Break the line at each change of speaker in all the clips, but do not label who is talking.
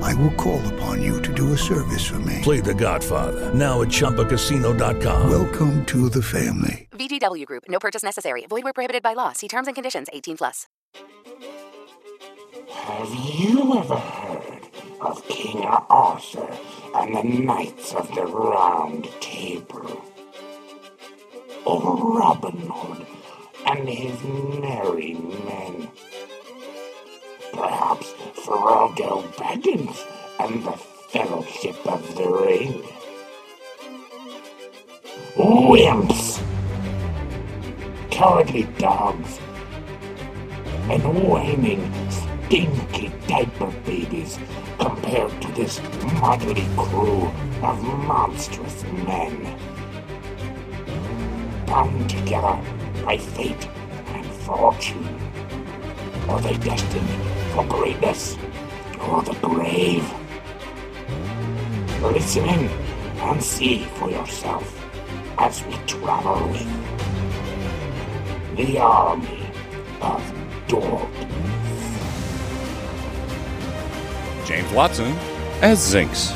I will call upon you to do a service for me.
Play The Godfather now at ChumbaCasino.com.
Welcome to the family.
VGW Group. No purchase necessary. Void where prohibited by law. See terms and conditions. 18 plus.
Have you ever heard of King Arthur and the Knights of the Round Table? Or Robin Hood and his merry men? Perhaps Frodo Baggins and the Fellowship of the Ring? Wimps! Cowardly dogs! and whining, stinky diaper babies compared to this motley crew of monstrous men. Bound together by fate and fortune. Are they destined for greatness or the grave? Listen in and see for yourself as we travel with the army of dogs.
James Watson as Zinx.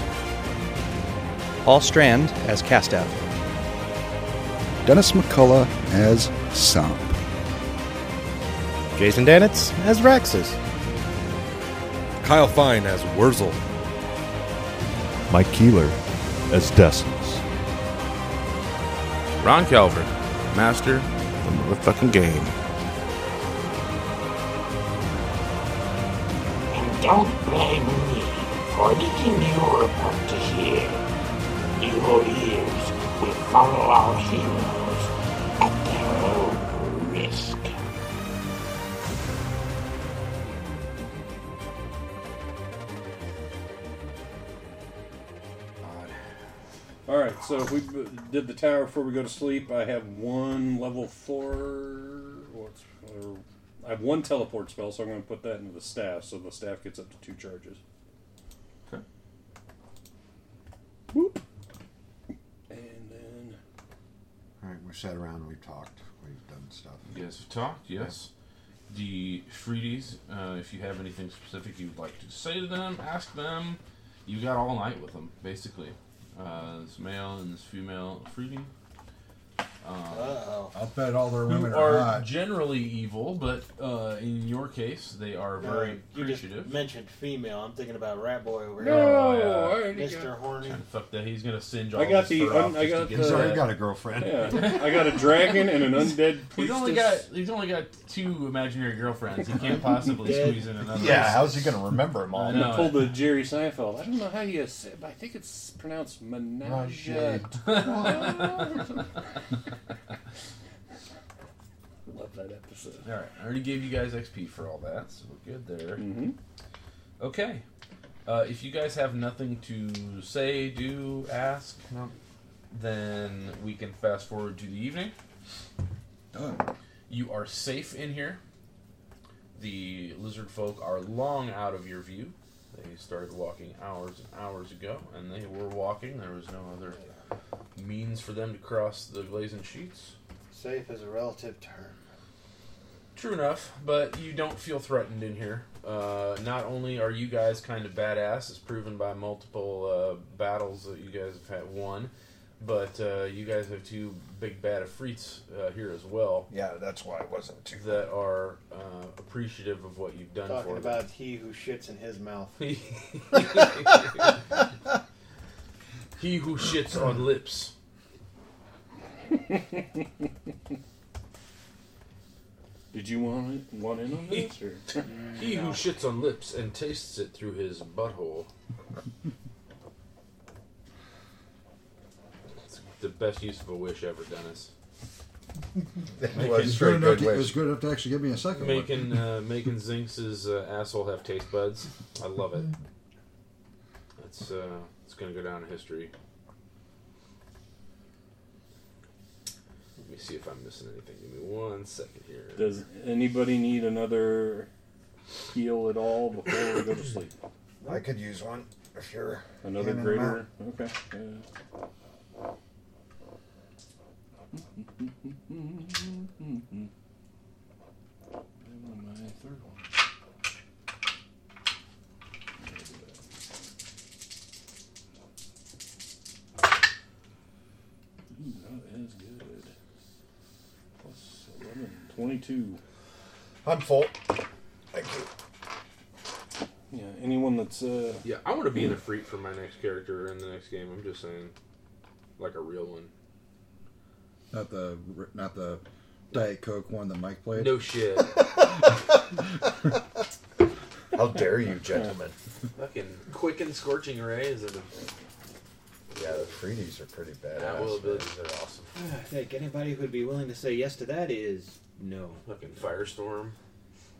Paul Strand as Castow.
Dennis McCullough as Sop.
Jason Danitz as Raxus.
Kyle Fine as Wurzel.
Mike Keeler as Destins.
Ron Calvert, master of the motherfucking game.
And don't blame me for anything you're about to hear. Your ears will follow our heroes at their own risk.
All right, so if we b- did the tower before we go to sleep, I have one level four. Or it's, or, I have one teleport spell, so I'm going to put that into the staff, so the staff gets up to two charges.
Okay.
Whoop. And then
All right, we've sat around, we've talked, we've done stuff.
Yes, we've talked. Yes. The Shreedies, uh, if you have anything specific you'd like to say to them, ask them. You got all night with them, basically. Uh, this male and this female Shreedy,
I'll bet all their
who
women are,
are
hot.
generally evil, but uh, in your case, they are very
you
appreciative.
just mentioned female. I'm thinking about Rat Boy over
yeah.
No, I already
here. Mr. Horny.
And fuck that, he's gonna singe all
I got
of his
the
fur off
un- I
just to
got
get
the-
to
He's already
that.
got a girlfriend.
yeah, I got a dragon and an undead priestess.
He's only got he's only got two imaginary girlfriends. He can't possibly
Dead.
squeeze in another.
Yeah, how's he gonna remember them all?
I know.
I pulled the Jerry Seinfeld. I don't know how you say, but I think it's pronounced
Oh,
menage.
Roger.
Love that episode.
All right, I already gave you guys XP for all that, so we're good there.
Mm-hmm.
Okay, uh, if you guys have nothing to say, do ask, then we can fast forward to the evening. You are safe in here. The lizard folk are long out of your view. They started walking hours and hours ago, and they were walking. There was no other means for them to cross the glazing sheets.
Safe is a relative term.
True enough, but you don't feel threatened in here. Uh, not only are you guys kind of badass, as proven by multiple uh, battles that you guys have had won, but uh, you guys have two big bad Efreets uh, here as well
Yeah, that's why I wasn't too.
that are uh, appreciative of what you've done
Talking
for
about he who shits in his mouth.
them. he who shits on lips.
Did you want it, want in on this? Or?
He who shits on lips and tastes it through his butthole. it's the best use of a wish ever, Dennis.
It was
It's
very
good enough
good
to- It was
wish.
good enough to actually give me a second one.
Making uh, making Zinx's uh, asshole have taste buds. I love it. That's uh, it's gonna go down in history. Let me me see if I'm missing anything. Give me one second here.
Does anybody need another heal at all before we go to sleep?
I could use one if you're
Another
handing them
greater.
out.
Okay. Uh, my third one. Ooh, that is good. Plus 11, 22.
I'm full. Thank you.
Yeah, anyone that's. Uh,
yeah, I want to be an Efreet for my next character in the next game. I'm just saying, like a real one.
Not the not the Diet Coke one that Mike played.
No shit.
How dare you, gentlemen.
Fucking quick and scorching ray is it?
Yeah, the Freedies are pretty badass.
That will be.
man. They're awesome.
I think anybody who'd be willing to say yes to that is no.
Fucking firestorm.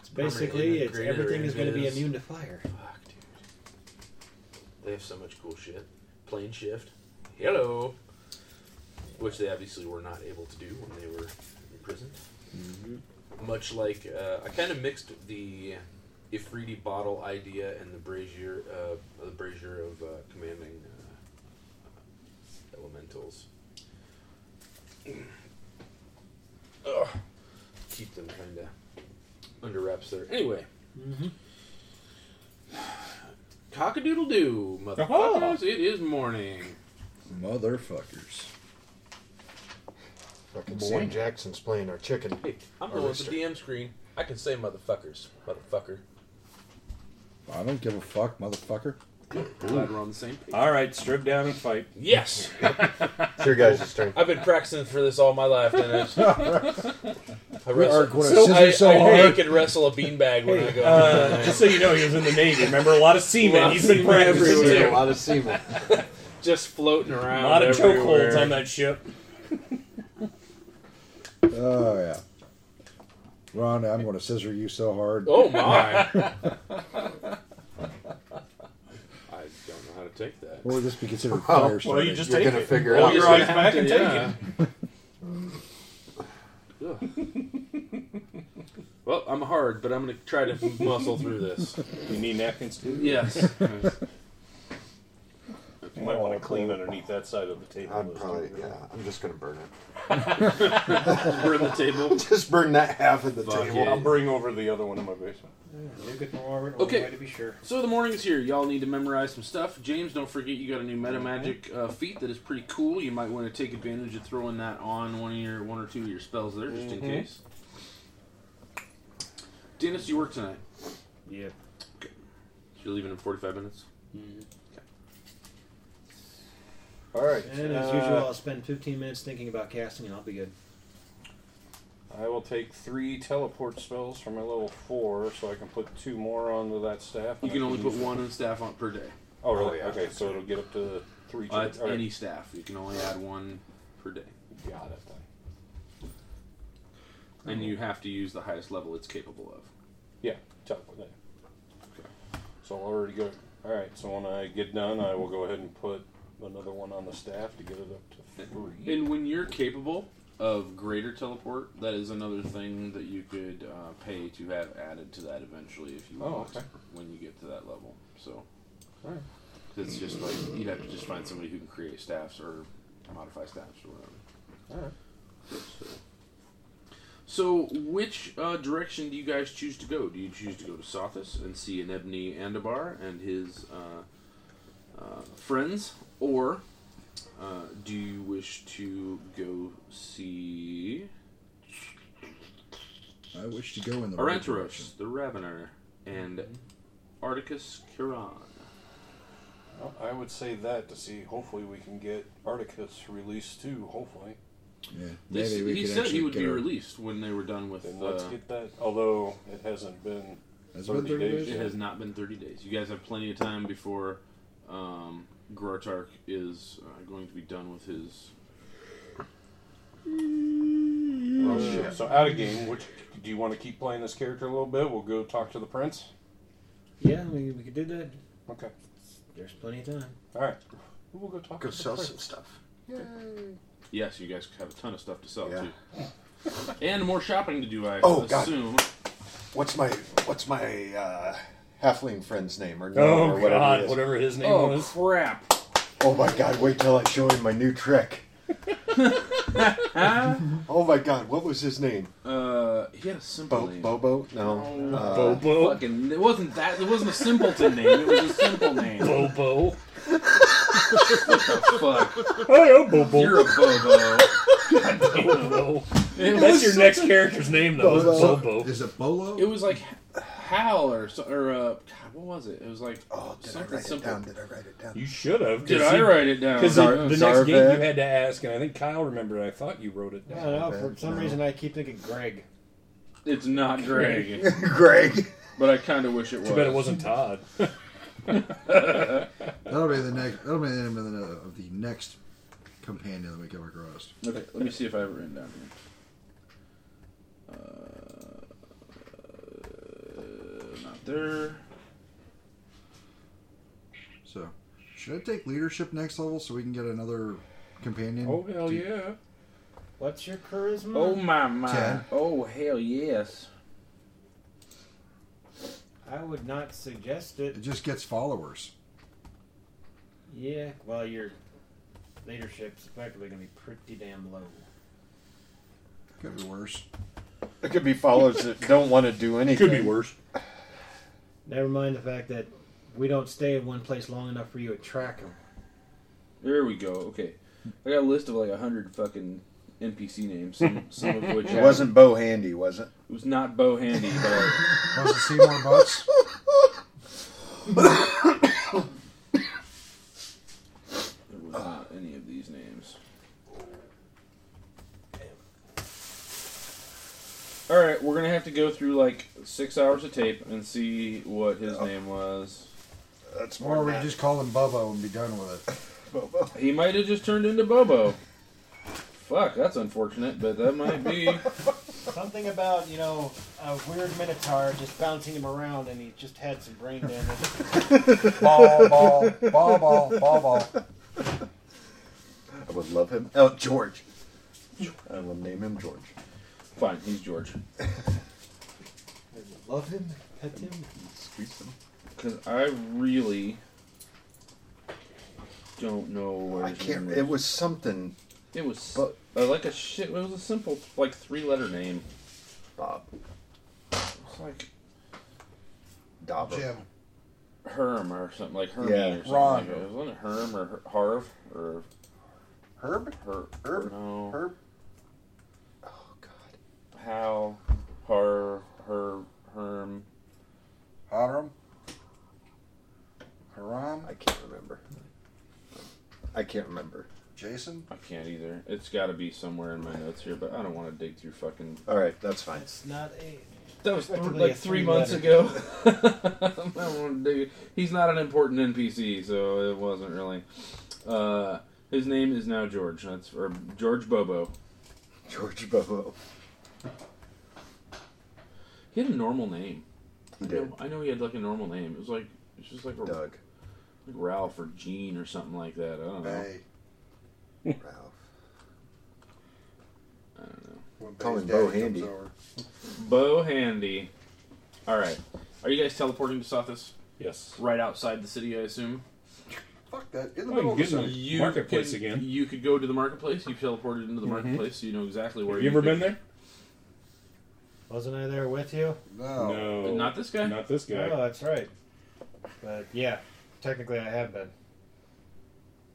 It's
Basically, it's, everything is going to be immune to fire.
Fuck, dude. They have so much cool shit. Plane shift. Hello. Which they obviously were not able to do when they were imprisoned. Much like uh, I kind of mixed the Ifriti bottle idea and the brazier, uh, the brazier of uh, commanding uh, elementals. Ugh. Keep them kind of under wraps there. Anyway,
Mm-hmm.
cockadoodle doo, motherfuckers! It is morning.
Motherfuckers.
Fucking
Boy.
Sam Jackson's playing our chicken.
I'm
Our
going with
rooster.
the DM screen. I can say motherfuckers, motherfucker.
I don't give a fuck, motherfucker.
Glad we're on the same page.
All right, strip down and fight.
Yes.
It's your guys' turn.
I've been practicing for this all my life, and I, just, I
We are
wrestle.
gonna
So
scissor
I,
so
I
hard.
can wrestle a beanbag when I go.
Uh, just so you know, he was in the Navy. Remember, a lot of seamen. He's been practicing, too.
just floating
A
around.
lot of
everywhere.
chokeholds on that ship.
Oh yeah. Ron, I'm going to scissor you so hard.
Oh my! I don't know how to take that.
Or would this be considered
Well,
fire
well,
starting?
you just You're take gonna it. figure it Roll out. your
You're gonna
eyes back and
have to,
Well, I'm hard, but I'm going to try to muscle through this.
You need napkins too?
Yes.
You might want to clean underneath that side of the table.
I'm probably yeah. I'm just gonna burn
Just
it.
burn the table?
Just burn that half of the
Fuck
table.
yeah. I'll bring over the other one in my basement.
Okay. So the morning's here. Y'all need to memorize some stuff. James, don't forget you got a new
Mm-hmm.
meta magic uh, feat that is pretty cool. You might want to take advantage of throwing that on one of your one or two of your spells there, just
Mhm.
in case. Dennis, you work tonight.
Yeah.
Okay. So you're leaving in 45 minutes.
All right. And as usual,
uh,
I'll spend 15 minutes thinking about casting, and I'll be good.
I will take three teleport spells from my level four, so I can put two more onto that staff.
You
and
can
I
only put
use-
one on staff on per day.
Oh, really? Okay, so it'll get up to three.
Uh, it's
all right.
any staff. You can only add one per day.
Got it.
And you have to use the highest level it's capable of.
Yeah, teleport. Okay. So I'm already good. All right. So when I get done, I will go ahead and put another one on the staff to get it up to three.
And when you're capable of greater teleport, that is another thing that you could uh, pay to have added to that eventually if you
Oh,
want
okay.
when you get to that level. So
Alright.
it's just like you'd have to just find somebody who can create staffs or modify staffs or whatever.
Alright.
So, which uh, direction do you guys choose to go? Oh, Do you choose to go to Sothis and see Anebni Andabar and his uh, uh, friends, or uh, do you wish to go see
I wish to go in the right direction.
Arantaros, the Ravener, and
Mm-hmm.
Articus Kiran?
Well, I would say that to see. Hopefully, we can get Articus released too. Hopefully.
Yeah,
They s-
maybe we
he
could
said he
actually
would
get
be
our-
released when they were done with.
Then let's
uh,
get that. Although it hasn't been
Has it been
thirty, days.
It
yet.
has not been 30 days. You guys have plenty of time before um, Grotark is uh, going to be done with his.
Well, shit. So out of game. Which do you want to keep playing this character a little bit? We'll go talk to the prince.
Yeah, we, we could do that.
Okay.
There's plenty of time.
All right. We'll go talk.
Go
to the
sell some
prince.
stuff.
Okay.
Yes, you guys have a ton of stuff to sell
Yeah.
too, and more shopping to do. I
Oh, God.
assume.
What's my what's my uh, halfling friend's name or,
Oh,
or whatever
God,
it is?
whatever his name Oh, was. crap!
Oh my God! Wait till I show him my new trick. oh my God! What was his name?
Uh, he had a simple
Bo-
name.
Bobo? No. Uh,
Bobo. Fucking, it wasn't that. It wasn't a simpleton name. It was a simple name. Bobo. what the fuck?
Hey, I'm Bobo.
You're a Bobo. God damn it. It
That's
was
your
such
next
a-
character's name, though, is Bobo. Bobo. Is
it Bolo?
It was like Hal or so, or uh, God, what was it? It was like oh,
did I
something
write it
simple.
down? Did I write it down?
You should have.
Did I write it down?
Because the, the next
Zarvan?
game you had to ask, and I think Kyle remembered. I thought you wrote it
I
down.
don't know. For some reason, I keep thinking Greg.
It's not Greg.
Greg.
But I kind of wish it was.
Too bad it wasn't Todd.
That'll be the next. That'll be the name of the, of the next companion that we come across.
Okay, let me see if I have it written down here. Uh, not there.
So, should I take leadership next level so we can get another companion?
Oh, hell
Do-
yeah.
What's your charisma?
Oh my my.
Ten.
Oh hell yes.
I would not suggest it.
It just gets followers.
Yeah, well, your leadership's effectively going to be pretty damn low.
Could be worse.
It could be followers that don't want to do anything.
Could be worse. Never mind the fact that we don't stay in one place long enough for you to track them.
There we go. Okay, I got a list of like a hundred fucking NPC names. Some, some of which
It wasn't Bo Handy, was it?
It was not Bo Handy, but I-
Was it Seymour Butts?
It was not any of these names. All right, we're gonna have to go through like six hours of tape and see what his name was.
That's
Or we just call him Bobo and be done with it.
Bobo. He might have just turned into Bobo. Fuck, that's unfortunate, but that might be.
Something about, you know, a weird minotaur just bouncing him around and he just had some brain damage.
Ball, ball, ball, ball, ball, ball.
I would love him. Oh, George. I will name him George.
Fine, he's George.
Love him, pet him.
Squeeze him.
Because I really don't know where
I
his
can't.
name
It was something.
It was uh, like a shit. It was a simple like three letter name.
Bob.
It's like
Dobber.
Jim.
Herm or something like Hermie
Yeah.
or something.
Ron.
Like that. Wasn't it Herm or Her- Harv or
Herb?
Her-
Herb?
No.
Herb? Oh,
Hal, Har, Her, Herm.
Haram? Haram?
I can't remember. I can't remember.
Jason?
I can't either. It's got to be somewhere in my notes here, but I don't want to dig through fucking.
All right, that's fine.
It's not a.
That was th-
Effectively a
like three months
three-letter.
ago. I don't want to dig. He's not an important NPC, so it wasn't really. Uh, his name is now George. That's or George Bobo.
George Bobo.
He had a normal name.
He
I
did.
Know, I know he had like a normal name. It was like it's just like a,
Doug.
like Ralph or Gene or something like that. I don't know.
Bay.
Ralph.
I don't know.
When
Call
Bay's
him Bo
daddy comes
Handy.
over.
Bo Handy. All right. Are you guys teleporting to Sothis?
Yes.
Right outside the city, I assume.
Fuck that. In the
Oh,
middle of
you
the
get in
city.
the marketplace
could,
again.
You could go to the marketplace. You teleported into the
Mhm.
marketplace, so you know exactly where.
Have you ever
could-
been there?
Wasn't I there with you?
No.
No.
Not this guy.
Not this guy.
Oh, that's right. But yeah, technically I have been.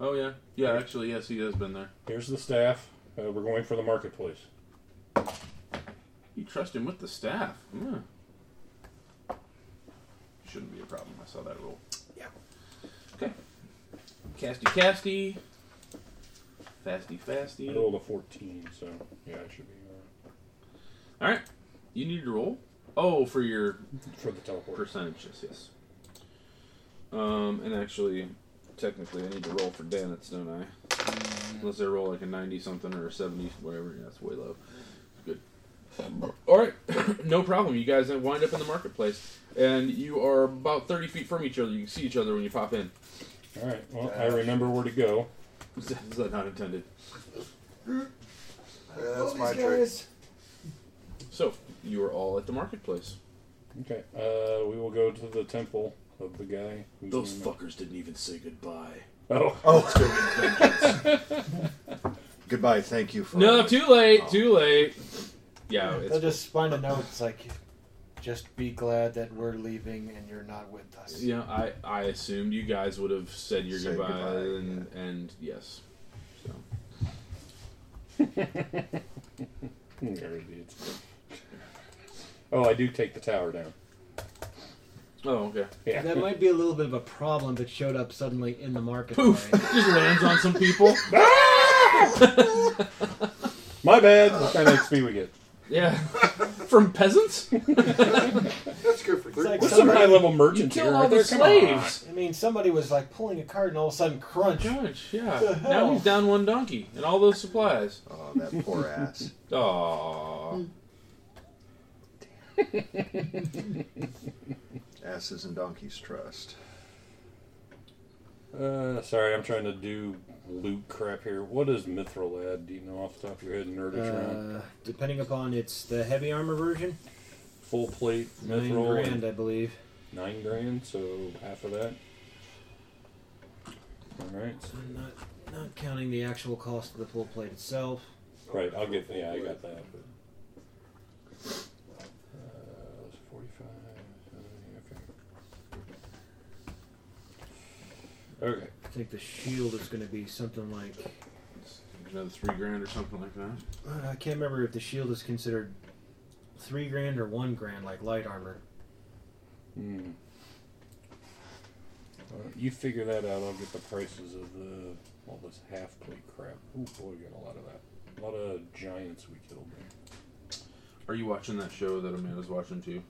Oh yeah, yeah. Actually, yes, he has been there.
Here's the staff. Uh, we're going for the marketplace.
You trust him with the staff. Yeah. Shouldn't be a problem. I saw that roll. Yeah. Okay. Casty, casty. Fasty,
I
fasty.
rolled a 14, so yeah, it should be. Uh,
All right. You need to roll. Oh, for your
for the teleport
percentages, yes. Um, and actually, technically, I need to roll for Danitz, don't I? Unless I roll like a ninety something or a seventy, whatever. Yeah, that's way low. Good. All right, no problem. You guys wind up in the marketplace, and you are about thirty feet from each other. You can see each other when you pop in.
All right. Well, I remember where to go.
Is that not intended? That's my trick. So, you are all at the marketplace.
Okay. Uh, we will go to the temple of the guy. who's
Those
in the-
fuckers didn't even say goodbye.
Oh.
Let's go get vengeance.
Goodbye. Thank you for.
No, too late. Too late. Yeah,
They'll
it's
just find a note. It's like, just be glad that we're leaving and you're not with us.
Yeah, I I assumed you guys would have said your
Say
goodbye,
goodbye,
and and yes. So
They're idiots. Oh, I do take the tower down.
Oh, okay.
Yeah.
That might be a little bit of a problem that showed up suddenly in the market.
Poof. Just lands on some people.
My bad. What kind of XP we get?
yeah, from peasants.
That's good for
It's like What's some somebody- high-level merchant you killed here? all their Come on. slaves.
I mean, somebody was like pulling a card and all of a sudden, crunch.
Crunch, yeah.
The
now
hell?
he's down one donkey and all those supplies. Oh,
that poor ass.
Oh.
Asses and donkeys trust.
Uh, sorry, I'm trying to do loot crap here. What is Mithril ad? Do you know off the top of your head, nerdish round?
Uh, depending upon it's the heavy armor version.
Full plate
Nine
Mithril.
grand, I believe.
Nine grand, so half of that. All right.
I'm not not counting the actual cost of the full plate itself.
Right, I'll get. Yeah, I got that. Uh, it's 45. uh, Okay.
I think the shield is going to be something like
Another three grand or something like that.
uh, I can't remember if the shield is considered three grand or one grand, like light armor.
Hmm. All right, You figure that out. I'll get the prices of the all this half plate crap. Ooh boy, we got a lot of that. A lot of giants we killed.
Are you watching that show that Amanda's watching too?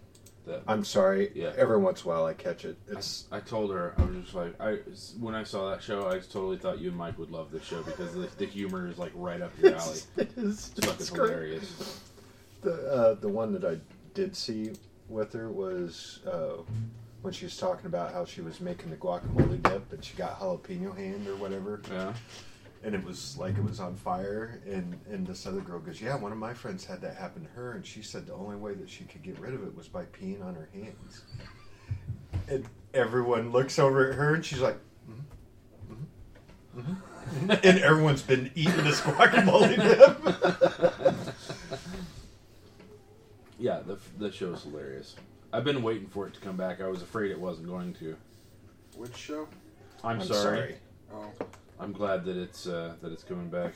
That
I'm sorry.
Yeah.
Every once in a while I catch it. It's
I told her I was just like I when I saw that show I totally thought you and Mike would love this show because the, the humor is like right up your alley.
It is.
It's fucking
It's great.
hilarious.
the uh, the one that I did see with her was uh, when she was talking about how she was making the guacamole dip and she got jalapeno hand or whatever.
Yeah.
And it was like it was on fire, and and this other girl goes, "Yeah, one of my friends had that happen to her, and she said the only way that she could get rid of it was by peeing on her hands." And everyone looks over at her, and she's like, "Mm-hmm, and everyone's been eating this guacamole dip.
Yeah, the the show is hilarious. I've been waiting for it to come back. I was afraid it wasn't going to.
Which show?
I'm,
I'm
sorry.
sorry. Oh.
I'm glad that it's uh, that it's coming back.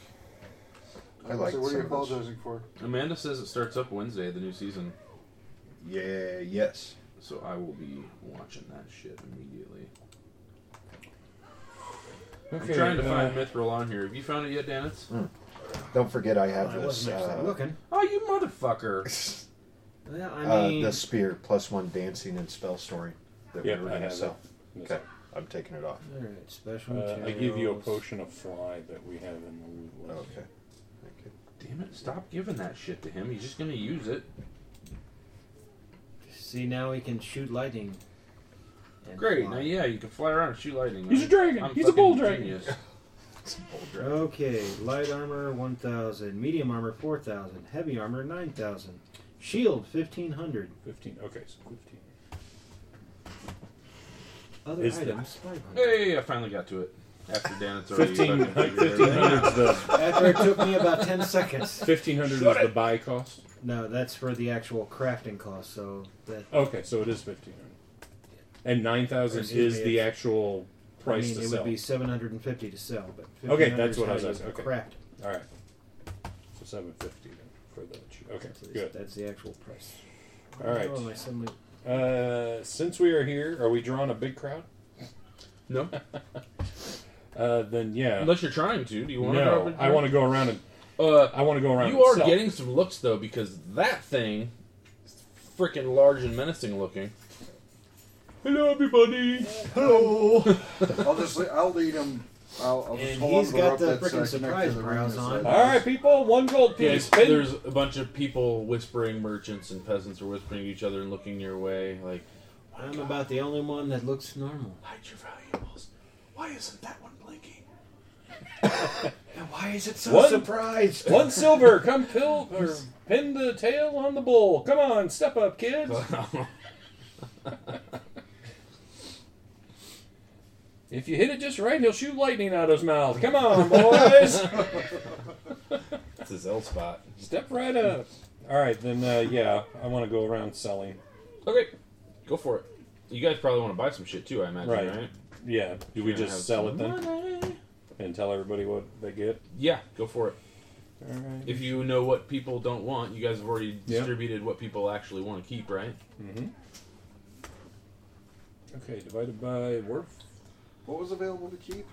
I So like what are some you of those. apologizing for?
Amanda says it starts up Wednesday, the new season.
Yeah. Yes.
So I will be watching that shit immediately.
Okay,
I'm trying to find
uh,
Mithril on here. Have you found it yet, Dennis?
Don't forget, I have
I
this.
wasn't actually
uh,
looking. Oh, you motherfucker!
Yeah,
uh,
I mean,
the spear plus one dancing and spell story that
Yep,
we were
I
going to
have
sell.
that.
Okay, I'm taking it off.
all right, special.
Uh, I give you a
materials.
potion of fly that we have in the loot list.
Okay.
Damn it! Stop giving that shit to him. He's just gonna use it.
See now he can shoot lightning. and
Great.
fly.
Now, yeah, you can fly around and shoot lightning.
He's a dragon.
I'm
He's a bull
fucking
dragon.
genius.
Okay, light armor 1,000, medium armor 4,000, heavy armor 9,000, shield 1,500.
15, okay, so 15.
Other
Is that-
items, 500.
Hey, I finally got to it. After Dan, it's already
Fifteen-
fucking figured it
1500's the-
out.
After it took me about 10 seconds.
1500 was the buy cost?
No, that's for the actual crafting cost, so that.
Okay, so it is 1500. And 9000
Or
is
excuse me,
the
it's-
actual price
I mean,
to
it
sell.
would be 750 to sell, but.
Okay,
1500
that's
is
what I
how
was
you
asking. Okay.
Craft
All right. So 750 then for the ch- Okay,
That's-
good.
That's the actual price.
All right.
Oh, my suddenly-
Uh, since we are here, are we drawing a big crowd?
No.
uh, then yeah.
Unless you're trying to, do you want
No,
to?
I want to go around and.
Uh,
I want to go around.
You
and
are
sell.
getting some looks though, because that thing is freaking large and menacing looking. Hello, everybody.
Hello. I'll just I'll lead him. I'll, I'll just
And
hold on
he's
to
got the
rope that's,
frickin'
uh,
surprise
connected to the
brows
ring
on.
that's, uh,
All right, people. One gold
Yeah,
piece.
it's-
Pin.
there's a bunch of people whispering. Merchants and peasants are whispering to each other and looking your way. Like,
I'm about the only one that looks normal.
hide your valuables. Why isn't that one blinking?
And why is it
so surprised?
One silver, come pill or pin the tail on the bull. Come on, step up, kids. if you hit it just right, he'll shoot lightning out of his mouth. Come on, boys.
It's his L spot.
step right up. All right, then. Uh, yeah, I want to go around selling.
Okay, go for it. You guys probably want to buy some shit too, I imagine, right?
Right. Yeah. Do we
You're gonna
just
have
sell it
some
then? And tell everybody what they get?
Yeah, go for it.
All right.
If you know what people don't want, you guys have already
Yeah.
distributed what people actually want to keep, right?
Mm-hmm. Okay, divided by worth.
What was available to keep?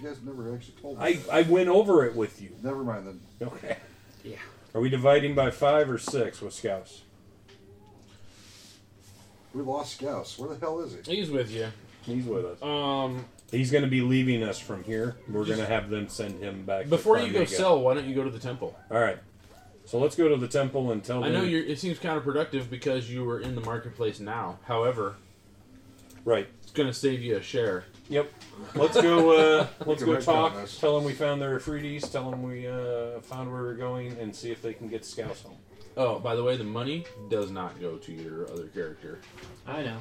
You guys never actually told me.
I, I went over it with you.
Never mind then.
Okay.
Yeah.
Are we dividing by five or six with scouts?
We lost Scouse. Where the hell is he?
He's with you.
He's with us.
Um,
He's going to be leaving us from here. We're
Just-
going to have them send him back. to
Before you go
Farmiga.
sell, why don't you go to the temple?
All right. So let's go to the temple and tell
I
them.
know you're, it seems counterproductive because you were in the marketplace now. However,
right,
it's going to save you a share.
Yep. Let's go. Uh,
We
let's
can
go
write down
talk.
this.
Tell them we found their Afridis. Tell them we uh, found where we're going, and see if they can get scouts home.
Oh, by the way, the money does not go to your other character.
I know.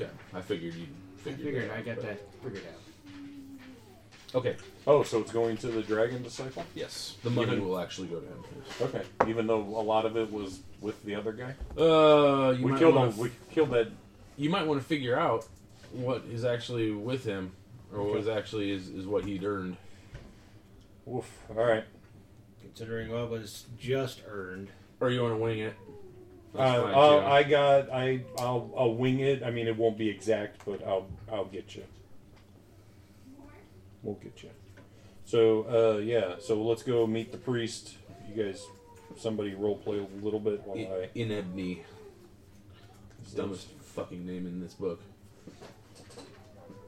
Okay, I figured you.
I
Figured
figured
that
I
out,
got
but-
that figured out.
Okay.
Oh, so it's going to the dragon disciple?
Yes. The money will actually go to him.
Okay. Even though a lot of it was with the other guy.
Uh, you
we
might
killed
wanna
him.
f-
we killed that.
You might want to figure out what is actually with him, or what
Okay.
is actually is, is what he'd earned.
Woof. All right.
Considering what was just earned.
Or you want to wing it?
Uh, uh, I got. I. I'll, I'll wing it. I mean, it won't be exact, but I'll. I'll get you. We'll get you. So uh, yeah. So let's go meet the priest. You guys, somebody role play a little bit while I.
Inebni. It's the dumbest fucking name in this book.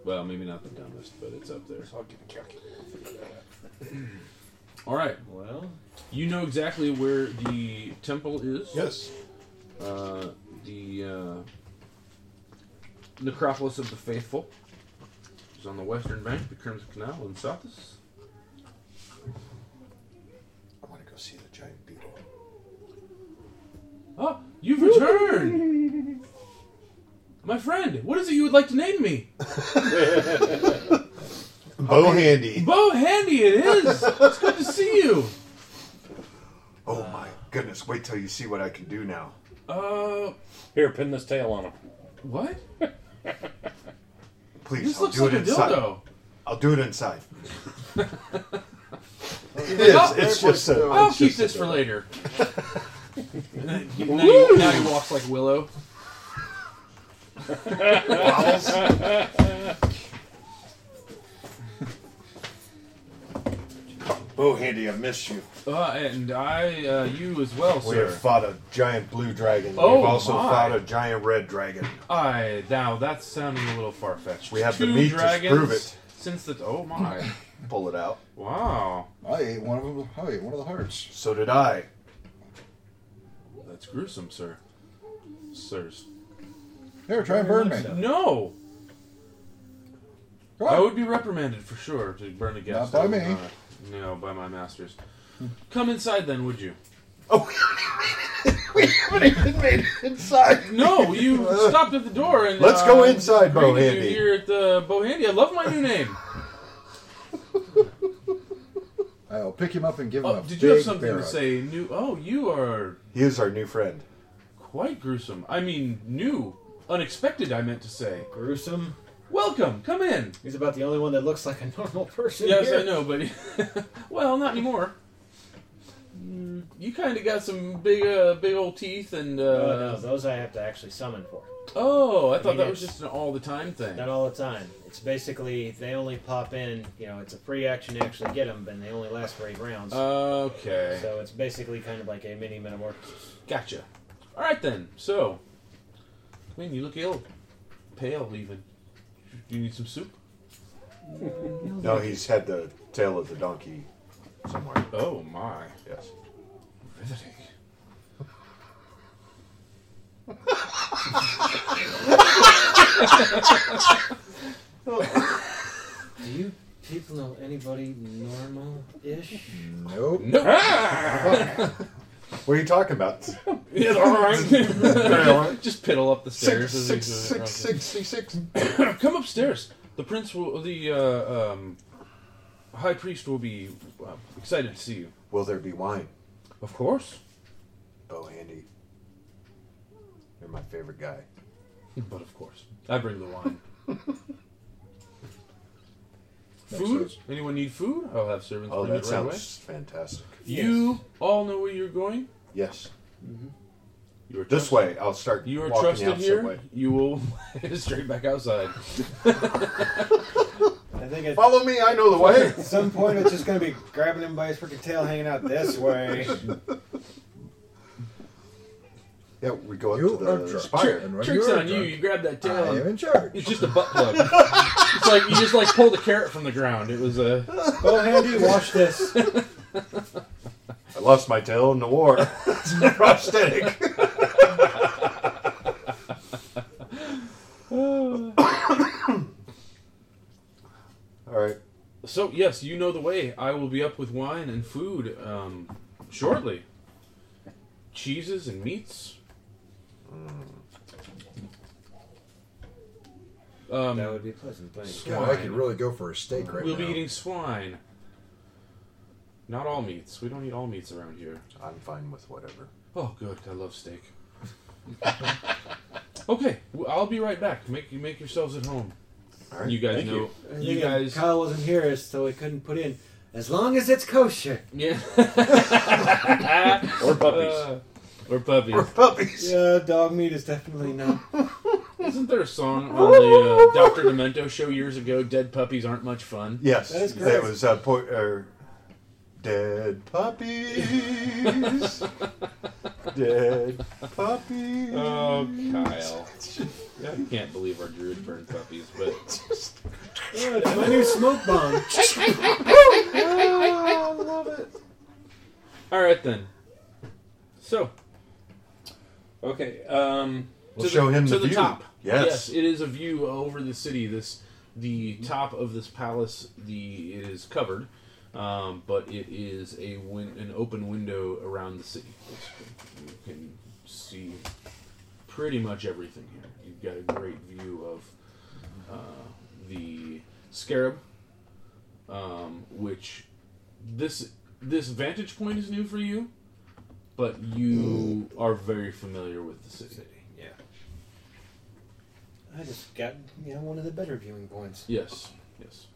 Well, maybe not the dumbest, but it's up there.
I'll get a calculator.
All right.
Well,
you know exactly where the temple is.
Yes.
Uh, the uh, necropolis of the faithful is on the western bank of the Crimson Canal in Sothis.
I want to go see the giant beetle.
Oh, you've returned! My friend, what is it you would like to name me?
Bow handy.
Bo Handy, it is! It's good to see you!
Oh my goodness! Wait till you see what I can do now.
Uh,
Here, pin this tail on him.
What?
Please,
This
I'll
looks
do
like
it
a
inside.
dildo.
I'll do it inside. it
I'll-
is. It's just a.
I'll
Oh, it's
keep
just a
this for
dildo.
later. And then he- now, he, now he walks like Willow.
Bow handy, I miss you.
Uh, and I, uh, you as well,
We
sir.
have fought a giant blue dragon.
Oh,
We've also
my.
fought a giant red dragon.
I now that's sounding a little far fetched.
We have the
Two
meat to
dragons
prove it.
Since the oh my,
Pull it out.
wow,
I ate one of them. I ate one of the hearts.
So did I.
that's gruesome, sir. Sirs,
Here, try and burn me.
no.
Go
I
on.
would be reprimanded for sure to burn the gas.
Not by
stove.
me.
Uh, no, by my masters. Come inside then, would you?
inside.
No, you stopped at the door and
Let's go
uh,
inside, Bo
greeted you
Handy.
Here at the Bo Handy. I love my new name.
I'll pick him up and give him
Oh,
a
did you have
big
something
bear
to
hug.
say? New? Oh, you are
He is our new friend.
quite gruesome. I mean, new, unexpected. I meant to say.
Gruesome.
Welcome. Come in.
He's about the only one that looks like a normal person.
Yes,
here.
I know, but well, not anymore. Mm, You kind of got some big, uh, big old teeth, and uh,
Oh, no, those I have to actually summon for.
oh, I thought
mean,
that was
it's-
just an all the time thing.
Not all the time. It's basically they only pop in. You know, it's a free action to actually get them, and they only last for eight rounds.
Uh, Okay,
So it's basically kind of like a mini metamorphosis.
gotcha. All right then. So, man, you look ill, pale even. Do you need some soup?
No, he's had the tail of the donkey somewhere.
Oh my.
Yes.
Riveting.
Do you people know anybody normal-ish?
Nope.
No.
what are you talking about?
Just piddle up the stairs. as
Six,
he's-
six, six, six, six.
Come upstairs. The prince will. The uh, um, high priest will be uh, excited to see you.
Will there be wine?
Of course.
Bo Handy. You're my favorite guy.
But of course, I bring the wine.
Makes
food?
sense.
Anyone need food? I'll have servants
Oh,
bring
that
it right away.
sounds fantastic.
You all know where you're going.
Yes.
Mhm.
You this way. I'll start.
You are
walking the
trusted
opposite
here.
Way.
You will head straight back outside.
I think at-
Follow me. I know the way.
At some point, it's just going to be grabbing him by his freaking tail, hanging out this way.
Yeah, we go up
You
to the
are drunk.
spire.
Tri-
right?
Tricks
You're
on you.
drunk.
You grab that tail.
I
and-
am in charge.
It's just a butt plug. it's like you just like pulled a carrot from the ground. It was a.
Bo Handy, watch this.
I lost my tail in the war. it's a prosthetic. All right.
So yes, you know the way. I will be up with wine and food um, shortly. Cheeses and meats. Um,
that would be pleasant. Thanks.
swine.
God, I could really go for a steak right
we'll
now.
be eating swine. Not all meats. We don't eat all meats around here.
I'm fine with whatever.
Oh, good. I love steak. okay, w- I'll be right back. Make you make yourselves at home. You guys
Thank
know.
And
You,
again,
guys.
Kyle wasn't here, so we couldn't put in. As long as it's kosher.
Yeah.
or
puppies. Uh, or puppies.
puppies.
Yeah, dog meat is definitely not.
Isn't there a song on the uh, Doctor Demento show years ago? Dead puppies aren't much fun.
Yes,
That is
that
correct.
was uh, po- er, dead puppies. dead puppies.
Oh, Kyle. I can't believe our druid burned puppies, but
Oh, it's my new smoke bomb.
I love it.
all right then. So
Okay. Um,
We'll show him
to
the
the
view.
top.
Yes.
it is a view over the city. This the top of this palace. The it is covered, um, but it is a win- an open window around the city. You can see pretty much everything here. You've got a great view of uh, the scarab, um, which this this vantage point is new for you, but you are very familiar with the city. Yeah.
I just got you know one of the better viewing points.
Yes. Yes.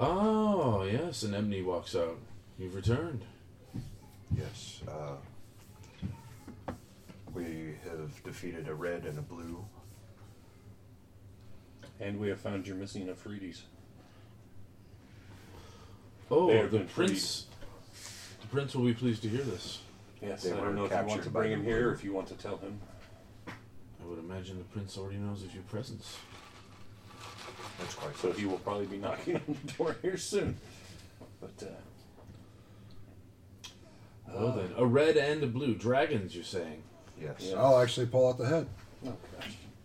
Oh yes, and Emily walks out. You've returned.
Yes. Uh, we have defeated a red and a blue.
and we have found your missing Afridis.
Oh,
They have
the
been freed.
prince. The prince will be pleased to hear this.
Yes,
They
I
were
don't know if you want
captured
to
by
bring
the
him here,
blue.
or if you want to tell him.
I would imagine the prince already knows of your presence.
That's quite
So he will probably be knocking on your door here soon. But uh,
Uh.
Well Oh, then, a red and a blue dragons. You're saying
Yes.
I'll actually pull out the head.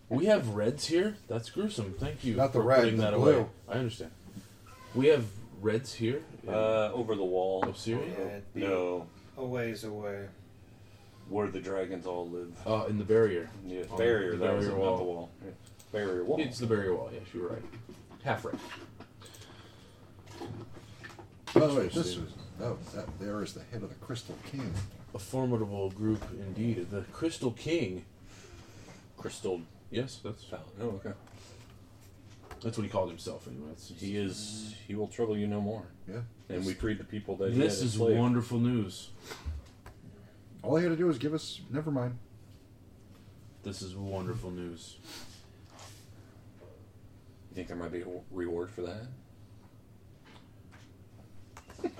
we have reds here? That's gruesome. Thank you
Not the
for
red,
putting
the
that away.
blue.
I understand. We have reds here.
uh, over the wall.
Oh, Syria?
No,
A ways away.
where the dragons all live.
Uh, in the barrier.
Yeah,
On
barrier.
the
that was
barrier
it, not the
wall.
wall. Yeah. Barrier wall.
It's the barrier wall. Yes, you're right. Half right.
By the way, this was oh, that there is the head of the crystal king.
A formidable group indeed. The Crystal King.
Crystal.
Yes, that's
No, okay.
that's what he called himself anyway. That's just-
He is. He will trouble you no more.
Yeah.
And we freed the people that. he
this
had
is
as slaves.
wonderful news.
All he had to do was give us. Never mind.
This is wonderful news.
You think there might be a reward for that?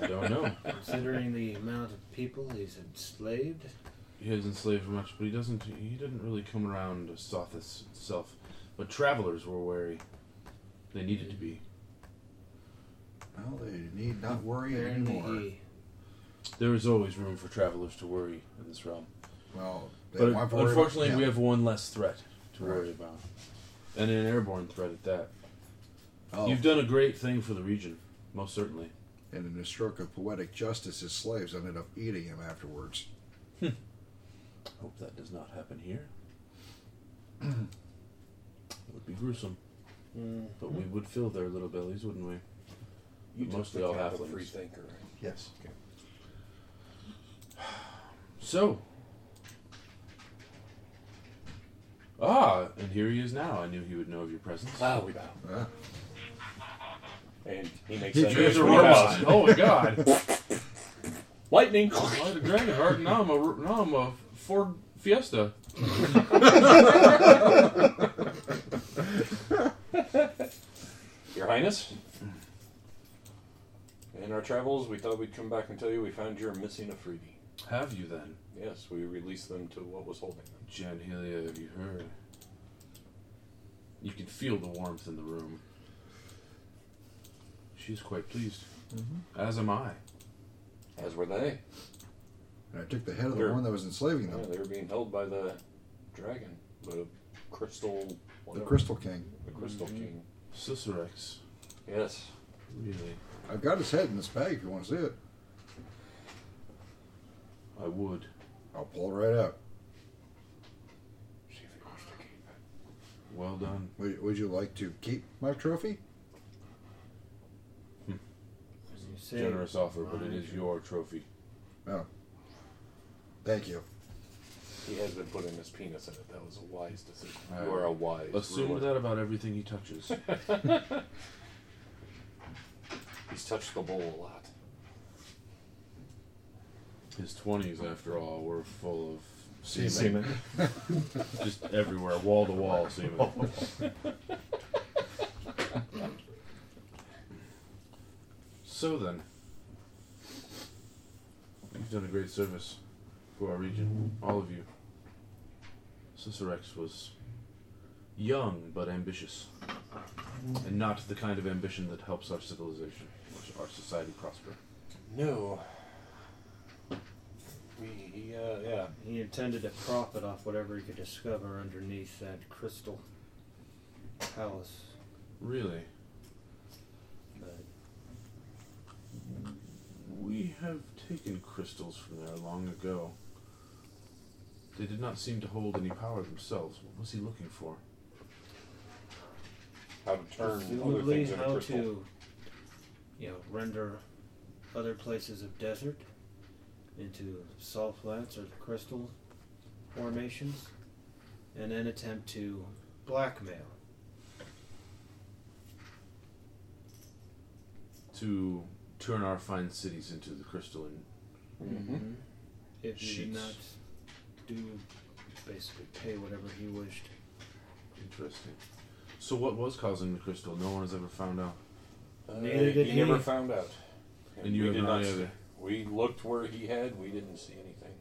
I don't know.
Considering the amount of people he's enslaved,
he has enslaved much, but he doesn't. He didn't really come around Sothis itself. But travelers were wary. They needed to be.
Well, they need not worry
they're in the
anymore.
E.
There is always room for travelers to worry in this realm.
Well, they
But
want to worry about-
unfortunately, we
yeah.
have one less threat to
Right.
worry about, and an airborne threat at that.
Oh.
You've done a great thing for the region, most certainly.
And in a stroke of poetic justice, his slaves ended up eating him afterwards.
Hope that does not happen here. it would be gruesome. But we would fill their little bellies, wouldn't we?
You took
Mostly
the
all
kind of a
halflings.
free thinker, right?
Yes.
Okay.
So. Ah, and here he is now. I knew he would know of your presence.
Wow, we bow.
Yeah.
And he makes
Did
that
you
noise
get the
when he
robot?
bows.
Oh my god.
Lightning.
Light a dragon heart. Now I'm a now I'm a Ford Fiesta.
Your Highness. In our travels, we thought we'd come back and tell you we found you're missing a freebie.
Have you then?
Yes, we released them to what was holding them.
Jan Helia, have you heard? You can feel the warmth in the room. She's quite pleased. As am I.
As were they.
And I took the head of the
They're-
one that was enslaving them.
Yeah, they were being held by the dragon, the crystal.
The
whatever.
Crystal King.
The crystal king.
Cicerex.
Yes.
Really?
I've got his head in this bag if you want to see it.
I would.
I'll pull it right out.
Well done.
Would, would you like to keep my trophy?
Generous offer, but it is your trophy.
No. Thank you.
He has been putting his penis in it. That was a wise decision.
I
You are a wise.
Assume
ruler.
that about everything he touches.
He's touched the bowl a lot.
His twenties, after all, were full of semen.
Semen.
Just everywhere, wall to wall semen. so then, you've done a great service for our region, all of you. Cicerex was young but ambitious, and not the kind of ambition that helps our civilization, our society prosper.
No. He, uh, yeah.
He intended to profit off whatever he could discover underneath that crystal palace.
Really? We have taken crystals from there long ago. They did not seem to hold any power themselves. What was he looking for?
How to turn other
Presumably
things into
how
crystal.
to, you know, render other places of desert into salt flats or crystal formations, and then attempt to blackmail.
To turn our fine cities into the crystalline.
Mhm. If you did
Sheets.
not do basically pay whatever he wished.
Interesting. So, what was causing the crystal? No one has ever found out.
Neither did
Uh, he never
he.
found out.
And you
we
have
did
not
see-
either.
We looked where he had. We didn't see anything.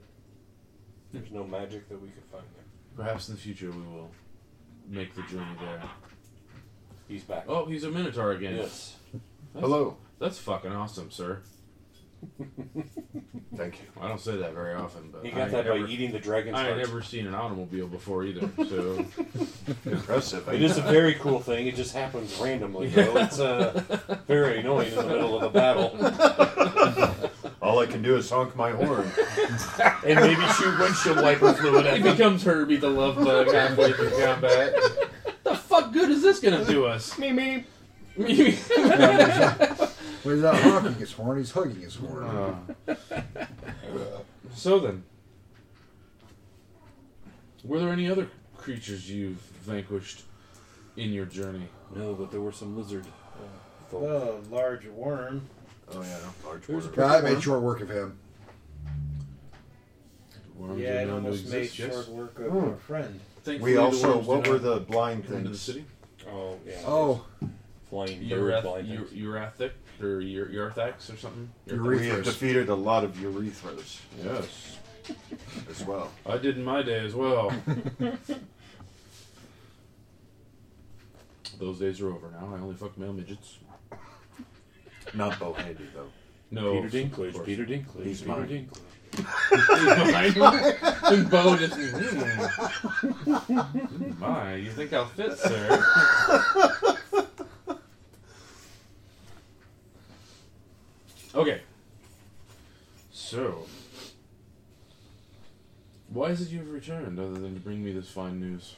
There's no magic that we could find there.
Perhaps in the future we will make the journey there.
He's back.
Oh, he's a Minotaur again.
Yes.
That's-
Hello.
That's fucking awesome, sir.
Thank you.
I don't say that very often, but
He
I
got
ain't
that by
never-
eating the dragon's
I ain't
heart.
never seen an automobile before either, so
Impressive.
It is a very cool thing. It just happens randomly, though. It's uh, very annoying in the middle of a battle.
All I can do is honk my horn.
and maybe shoot windshield wiper fluid
He
at them.
becomes Herbie the Love Bug halfway through combat. The fuck good is this gonna do us?
Me, me.
Well, he's not honking his horn, he's hugging his horn.
so then, were there any other creatures you've vanquished in your journey?
No, but there were some lizard.
Well, a large worm.
Oh yeah, large
There's
worm.
God, I made short work of him.
Worms
yeah,
are
it
known to
almost made
exist, yes?
short work of
Hmm.
our friend.
Thankfully,
We
the
also.
worms
What
did
were
not
the blind
come into the
things?
city?
Oh, yeah.
Oh,
Flying bird, flying
Urath-
things.
Ur- Urathic or Ur- Urathax or something?
We have defeated a lot of urethras
Yes.
as well.
I did in my day as well. Those days are over now. I only fuck male midgets.
Not bow handed though.
No.
Peter Dinklage, Peter Dinklage,
He's
Peter
mine.
Dinklage.
and Bo just. "Hmm. My, you think I'll fit, sir?
Okay. So,
Why is it you've returned other than to bring me this fine news?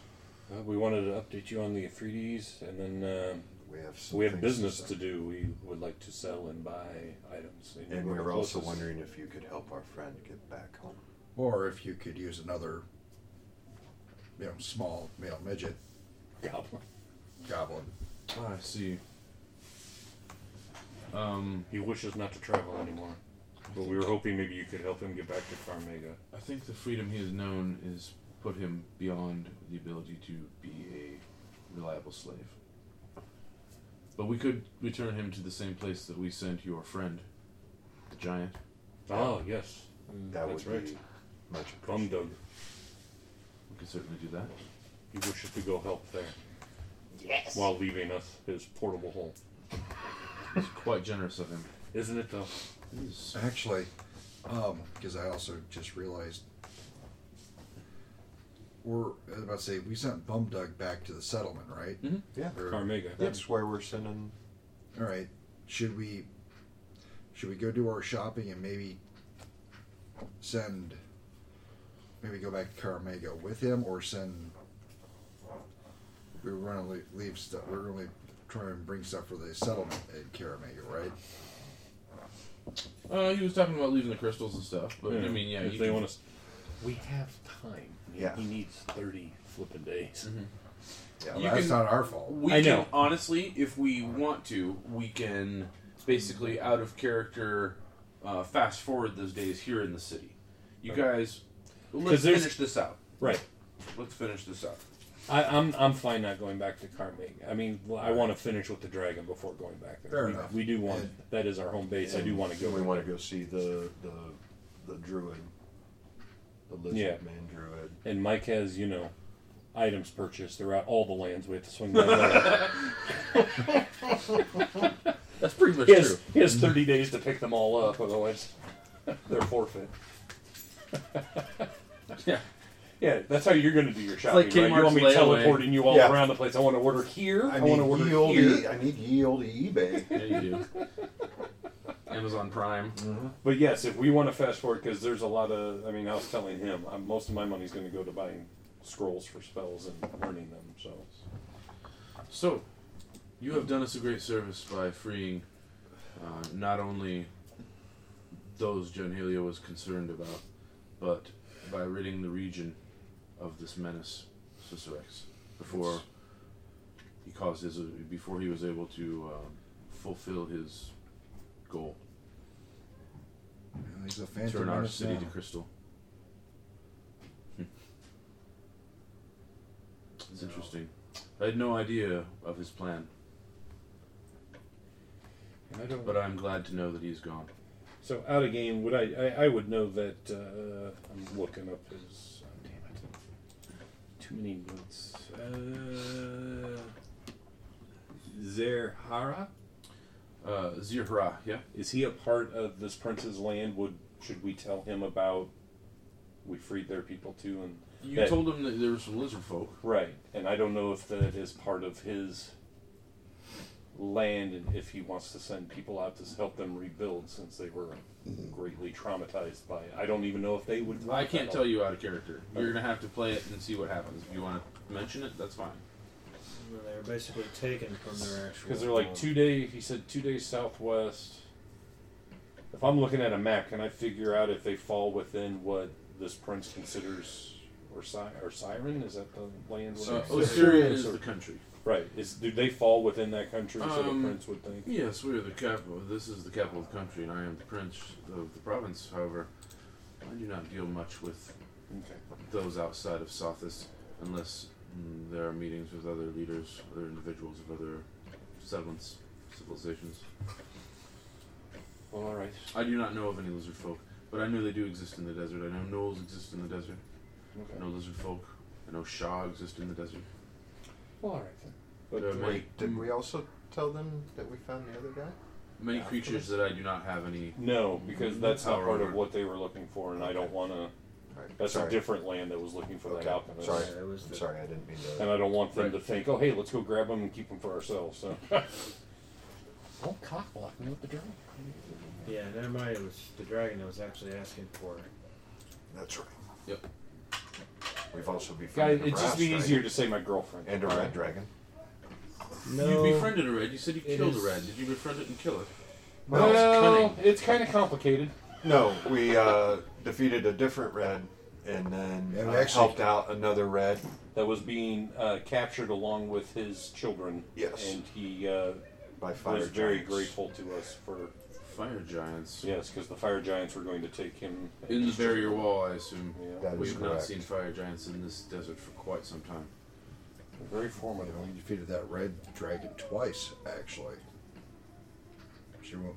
Uh, we wanted to update you on the Afrides, and then uh,
we have some
we have
things
business
to
to do. We would like to sell and buy items.
And we
the
were also
closest-
wondering if you could help our friend get back home.
Or if you could use another, you know, small male midget.
Goblin.
Goblin.
Ah, I see.
Um, he wishes not to travel anymore, but we were hoping maybe you could help him get back to Farmega.
I think the freedom he has known has put him beyond the ability to be a reliable slave. But we could return him to the same place that we sent your friend, the giant.
Oh yes, Mm,
That
that's
would
right.
be much
Bumdug.
We could certainly do that.
He wishes to go help there.
Yes.
While leaving us his portable home.
It's quite generous of him.
Isn't it though?
Actually, um, because I also just realized we're I was about to say we sent Bumdug back to the settlement, right?
Mm-hmm.
Yeah.
Carmega.
That's where we're sending.
All right. Should we should we go do our shopping and maybe send maybe go back to Carmega with him or send we were gonna leave, leave stuff we're gonna leave- try and bring stuff for the settlement at Caramega, right?
Uh, he was talking about leaving the crystals and stuff, but I
Yeah,
mean, yeah,
if
you
they
can-
want to. We have time.
Yeah.
He needs thirty flippin' days.
Yeah, that's not our fault.
We
I know.
Can, honestly, if we want to, we can basically out of character uh, fast forward those days here in the city. You
Right.
guys,
'Cause
let's
there's-
finish this out.
Right.
Let's finish this out.
I, I'm I'm fine not going back to Carmega. I mean, well, I want to finish with the dragon before going back there.
Fair
we,
enough.
we do want that is our home base. I do want to go.
We want to go see the the the druid, the lizard
Yeah.
man druid.
And Mike has you know items purchased throughout all the lands. We have to swing that. way.
That's pretty much
he has,
true.
He has thirty days to pick them all up, otherwise they're forfeit. yeah. Yeah, that's how you're going to do your
It's
shopping.
like
right? You want
Kmart's
me
layaway.
teleporting you all
Yeah.
around the place. I want to order here. I,
I
want to
need
order
ye olde.
here.
E,
I need ye olde eBay.
Yeah, you do. Amazon Prime.
But yes, if we want to fast forward, because there's a lot of, I mean, I was telling him, i most of my money's going to go to buying scrolls for spells and learning them. So,
So, you have done us a great service by freeing uh, not only those Genhalia was concerned about, but by ridding the region of this menace, Cicerex, before he caused his before he was able to um, fulfill his goal.
He's a phantom
Turn our
menace
city
now.
to crystal. Hmm. It's interesting. I had no idea of his plan.
And I don't-
But I'm glad to know that he's gone.
so out of game, would I? I, I would know that. Uh, I'm looking up his. Oh, damn it! Too many notes. Uh, Zerhara.
Uh, Zerhara, yeah.
Is he a part of this prince's land? Would should we tell him about? We freed their people too, and
You
that-
told him that there were some lizard folk.
Right, and I don't know if that is part of his land and if he wants to send people out to help them rebuild since they were greatly traumatized by it. I don't even know if they would.
I
want
can't
that.
tell you out of character. You're gonna have to play it and see what happens. If you want to mention it, that's fine.
Well, they're basically taken from their actual.
Because they're like two day, he said two days southwest. If I'm looking at a map, can I figure out if they fall within what this prince considers or, si- or Siren? Is that the land?
Uh, Osiria is the country.
Right. Is do they fall within that country? so the
Um,
prince would think.
Yes, we are the capital. This is the capital of the country, and I am the prince of the province. However, I do not deal much with those outside of Sothis, unless mm, there are meetings with other leaders, other individuals of other settlements, civilizations.
All right.
I do not know of any lizard folk, but I know they do exist in the desert. I know gnolls exist in the desert.
Okay.
I know lizard folk. I know Shaw exist in the desert.
Well, all right then.
But there are many,
Wait, did we also tell them that we found the other guy?
many creatures that I do not have any.
No,
Mm-hmm.
because that's not
power
part
over.
of what they were looking for, and I don't want to. That's a
sorry.
different land that was looking for
Okay,
that alchemist.
Sorry, I'm sorry, I didn't mean to.
And I don't want them to think, oh, hey, let's go grab them and keep them for ourselves. So.
Don't cock block me with the drink.
Yeah, never mind. It was the dragon that was actually asking for it.
That's right.
Yep.
We've also
Guys,
befriended
it'd
a
just be
brass
easier
dragon.
to say my girlfriend.
And a
All
red
right.
dragon.
you befriended a red. You said you killed a red. Did you befriend it and kill it?
No.
uh,
Well, it's kind of complicated.
No, we uh, defeated a different red and then
Yeah, we
uh,
actually-
helped out another red.
That was being uh, captured along with his children.
Yes.
And he uh,
By fire
was very
giants.
grateful to us for.
Fire giants.
Yes, because the fire giants were going to take him.
In the barrier wall, I assume.
Yeah.
That is
We've not
correct.
seen fire giants in this desert for quite some time.
Very formative.
We defeated that red dragon twice, actually. She went,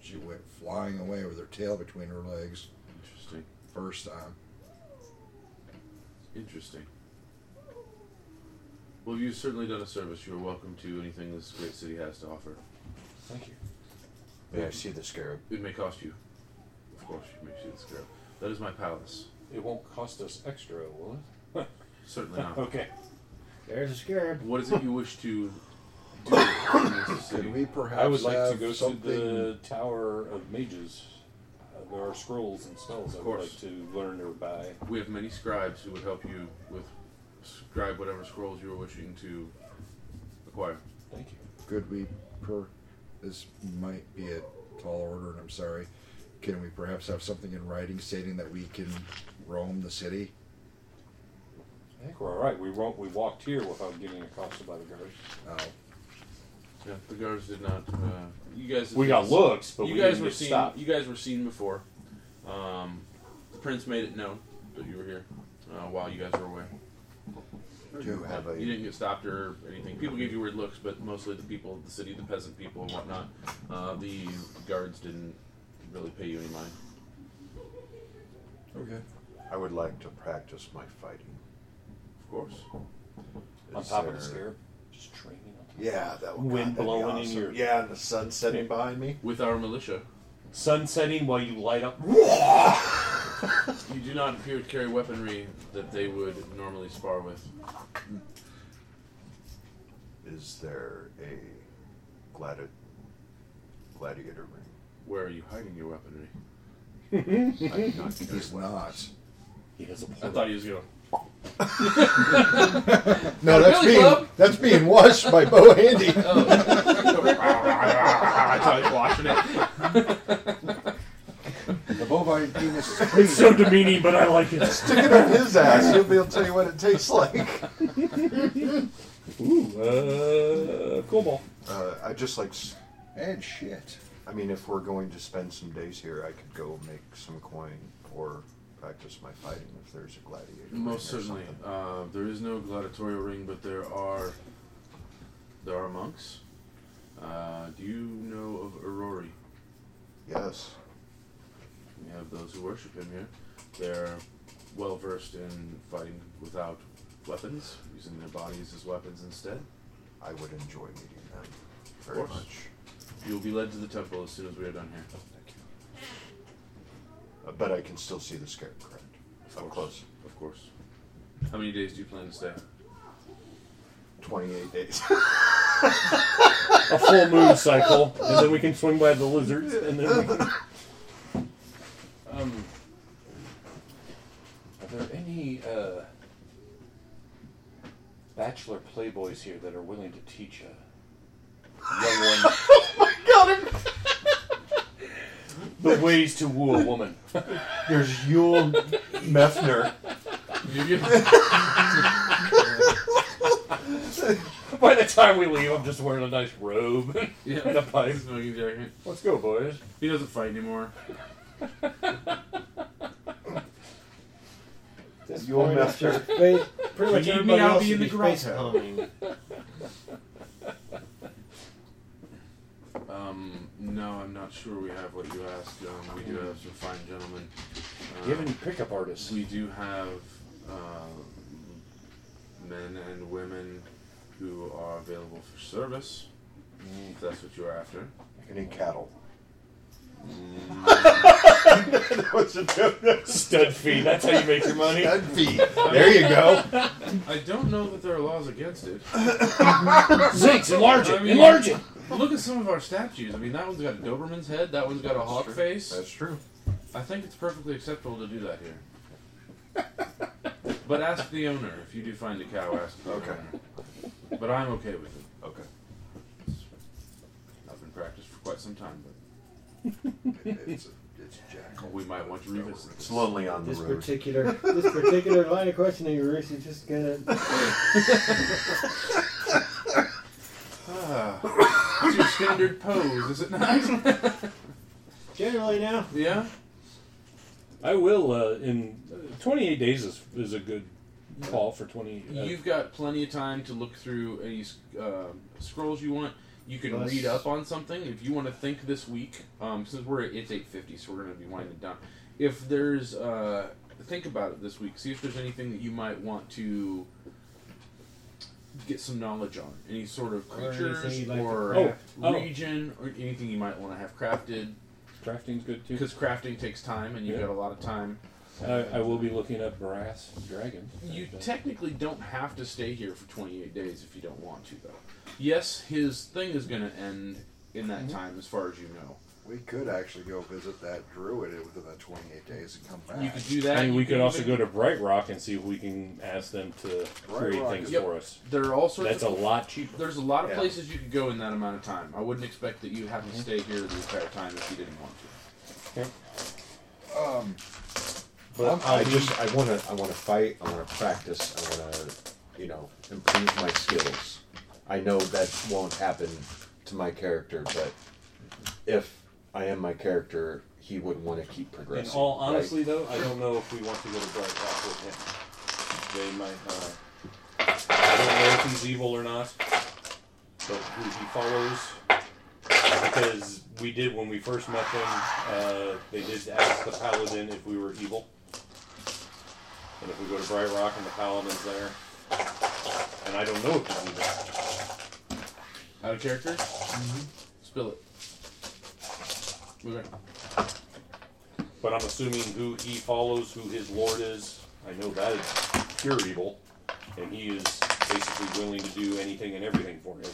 she went flying away with her tail between her legs.
Interesting.
First time.
Interesting. Well, you've certainly done a service. You're welcome to anything this great city has to offer.
Thank you.
Yeah, I see the scarab.
It may cost you. Of course, you may see the scarab. That is my palace.
It won't cost us extra, will it?
Certainly not.
okay.
There's a scarab.
What is it you wish to do in this city?
Could we perhaps
I would like to
have
go
something?
to the Tower of Mages. Uh, there are scrolls and spells I would
course.
like to learn or buy.
We have many scribes who would help you with scribe whatever scrolls you are wishing to acquire.
Thank you.
Could we per? This might be a tall order, and I'm sorry. Can we perhaps have something in writing stating that we can roam the city?
I think we're all right. We wa- we walked here without getting accosted by the guards.
Oh,
Yeah, the guards did not. Uh, you guys.
We got looks, but
you
we
guys
didn't
were
get
seen.
stopped.
You guys were seen before. Um, the prince made it known that you were here uh, while you guys were away.
Do you have a-
You didn't get stopped or anything. People gave you weird looks, but mostly the people of the city, the peasant people and whatnot. Uh, the guards didn't really pay you any mind.
Okay. I would like to practice my fighting.
Of course.
on
Is
top of the
there-
scarab, just training. on top.
Yeah, that would
wind
that'd be
blowing in
awesome.
your
Yeah, and the sun setting behind me.
With our militia,
sun setting while you light up.
you do not appear to carry weaponry that they would normally spar with.
Is there a gladi- gladiator ring?
Where are you hiding your weaponry?
I do not carry
he's
one.
not.
He has a
I thought he was going.
No, that's
Billy
being
Club.
that's being watched by Bo Handy.
Oh. I thought he was watching it.
The bovine penis is
It's so demeaning, but I like it.
Stick it on his ass. He'll be able to tell you what it tastes like.
Ooh, uh, cool ball.
Uh, I just like. s-
and shit.
I mean, if we're going to spend some days here, I could go make some coin or practice my fighting if there's a gladiator. ring
Most
or
certainly.
something.
Uh, there is no gladiatorial ring, but there are there are monks. Uh, do you know of Aurori?
Yes.
We have those who worship him here. They're well versed in fighting without weapons, using their bodies as weapons instead.
I would enjoy meeting them very
course.
much.
You'll be led to the temple as soon as we are done here.
Thank you. Uh, but I can still see the scarab, correct?
Of
Up
course.
close.
Of course. How many days do you plan to stay?
28 days.
A full moon cycle, and then we can swing by the lizards, and then we can...
Um, are there any uh, bachelor playboys here that are willing to teach a young one? The ways to woo a woman.
There's Yul Mefner.
By the time we leave, I'm just wearing a nice robe and a pipe.
Smoking jacket.
Let's go, boys.
He doesn't fight anymore.
This
You'll
point,
mess
it's just ba- pretty much
You need me,
everybody
I'll
else
be
should
in the
be
grotto.
face palming.
Um, no, I'm not sure we have what you asked. Um, we do have some fine gentlemen. Uh,
Do you have any pickup artists?
We do have uh, men and women who are available for service. If that's what you're after.
Any cattle?
Stud fee. That's how you make your money.
There you go.
I don't know that there are laws against it.
Zinks, enlarge it.
I mean-
enlarge it.
Look at some of our statues. I mean, that one's got a Doberman's head. That one's got a
That's
hawk
true.
face.
That's true.
I think it's perfectly acceptable to do that here. but ask the owner if you do find a cow. Ask the okay. owner. But I'm okay with it.
Okay.
I've been practiced for quite some time, but
it's, it's jackal.
we might want to revisit
It's lonely on the
This
road.
particular this particular line of questioning, Ruth, is just gonna.
Ah, it's your standard pose, is it not?
Generally, now.
Yeah.
I will. Uh, in uh, 28 days is, is a good call for 20. Uh,
You've got plenty of time to look through any um scrolls you want. You can
Plus-
read up on something if you want to think this week. Um, since we're at, it's eight fifty, so we're going to be winding down. If there's uh, think about it this week. See if there's anything that you might want to get some knowledge on. Any sort of
Or anything
creatures
you'd like to
or,
craft.
Oh, oh.
region or anything you might want to have crafted.
Crafting's good too.
Because crafting takes time, and you've
Yeah.
got a lot of time.
I, I will be looking up brass dragon.
You technically don't have to stay here for 28 days if you don't want to, though. Yes, his thing is going to end in
Mm-hmm.
that time, as far as you know.
We could actually go visit that druid within the 28 days and come back.
You could do that.
And
You
we could also
even-
go to Bright Rock and see if we can ask them to create
Rock
things
is-
for us.
There are all sorts
That's
of-
a lot cheaper.
There's a lot of
Yeah. Mm-hmm.
places you could go in that amount of time. I wouldn't expect that you have to stay here the entire time if you didn't want to.
Um,
But
I'm- I
I
just I want to I want to fight. I want to practice. I want to you know improve my skills. I know that won't happen to my character, but if I am my character, he would want to keep
In
progressing.
all
right?
honesty, though, I don't know if we want to go to Bright Rock with him. They might. Uh, I don't know if he's evil or not, but who he follows. Because we did when we first met them, uh, they did ask the paladin if we were evil, and if we go to Bright Rock and the paladin's there, and I don't know if he's evil.
Out of character? Mm-hmm. Spill it. Okay.
But I'm assuming who he follows, who his lord is. I know that is pure evil, and he is basically willing to do anything and everything for him.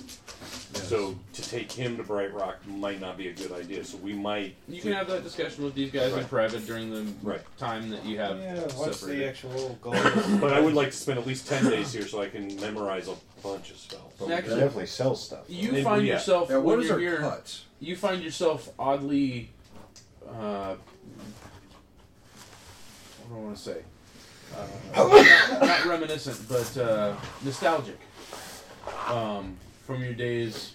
So to take him to Bright Rock might not be a good idea. So we might.
You can have that discussion with these guys in
Right.
private during the
Right.
time that you have
Yeah, what's
separated.
the actual goal?
but I would like to spend at least ten days here so I can memorize a bunch of spells.
But we Actually- definitely
sell stuff.
You
Maybe-
find
yeah.
yourself
Yeah, what
when
is
you're
our
here.
cut?
You find yourself oddly. Uh, what do I want to say? Uh, not, not reminiscent, but uh, nostalgic um, from your days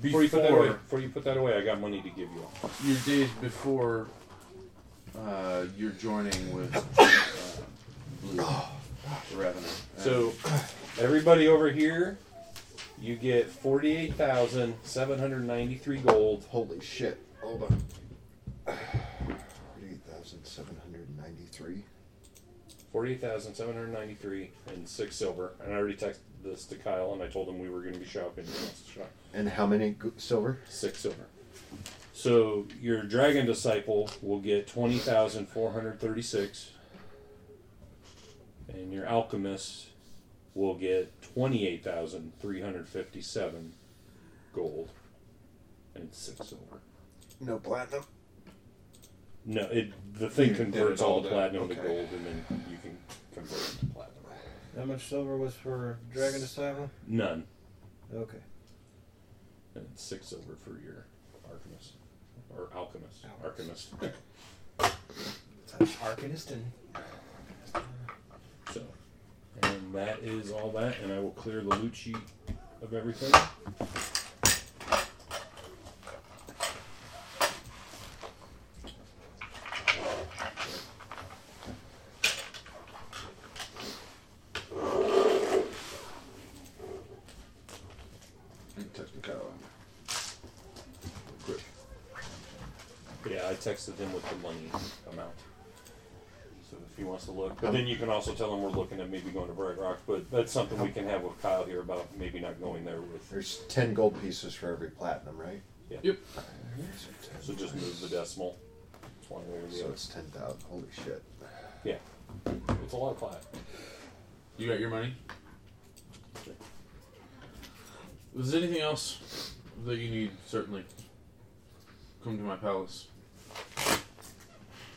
Before you put that away,
before
before you put that away, I got money to give you. all.
your days before uh, your joining with uh, Blue Revenant.
So everybody over here, you get forty-eight thousand seven hundred ninety-three gold.
Holy shit. Hold on. 48,793.
Forty-eight thousand seven hundred ninety-three and six silver. And I already texted this to Kyle, and I told him we were going to be shopping. He wants to shop.
And how many g- silver?
Six silver. So your dragon disciple will get twenty thousand four hundred thirty-six, and your alchemist will get twenty-eight thousand three hundred fifty-seven gold and six silver.
No platinum.
No, it the thing
You did it
converts all
all
the
down.
platinum to
Okay.
gold, and then you can convert it to platinum.
How much silver was for Dragon Disciple?
None.
Okay.
And it's six silver for your alchemist or alchemist, alchemist.
Arcanist and
So, and that is all that, and I will clear the loot sheet of everything.
Quick.
Yeah, I texted him with the money amount. So if he wants to look, but then you can also tell him we're looking at maybe going to Bright Rock, but that's something we can have with Kyle here about maybe not going there with.
There's ten gold pieces for every platinum, right?
Yeah.
Yep.
So just move the decimal. It's one way or the
So
other.
it's ten thousand. Holy shit.
Yeah. It's a lot of plat.
You got your money? Was there anything else
that you need, certainly. Come to my palace.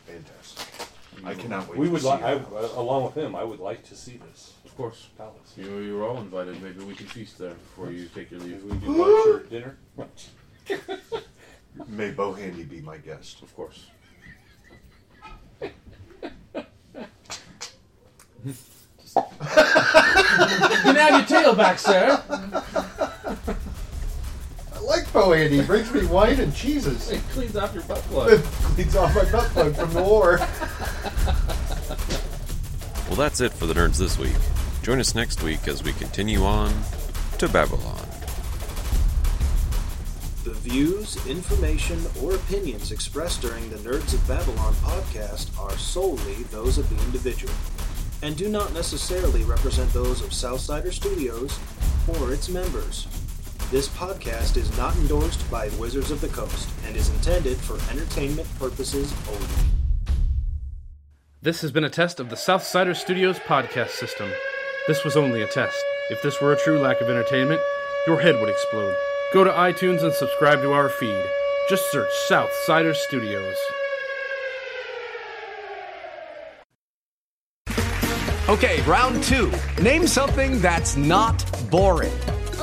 Fantastic. I cannot wait
We
to
would
see
like, I,
your house.
along with him, I would like to see this.
Of course.
Palace.
You, you're all invited. Maybe we can feast there before you take your leave.
We do lunch or dinner.
May Bohandy be my guest.
Of course.
You can have your tail back, sir.
I like Bohandy. He brings me wine and cheeses.
It cleans off your butt plug.
Cleans off my butt plug from the war.
Well, that's it for the nerds this week. Join us next week as we continue on to Babylon.
The views, information, or opinions expressed during the Nerds of Babylon podcast are solely those of the individual and do not necessarily represent those of Southsider Studios or its members. This podcast is not endorsed by Wizards of the Coast and is intended for entertainment purposes only.
This has been a test of the Southsider Studios podcast system. This was only a test. If this were a true lack of entertainment, your head would explode. Go to iTunes and subscribe to our feed. Just search Southsider Studios.
Okay, round two. Name something that's not boring.
A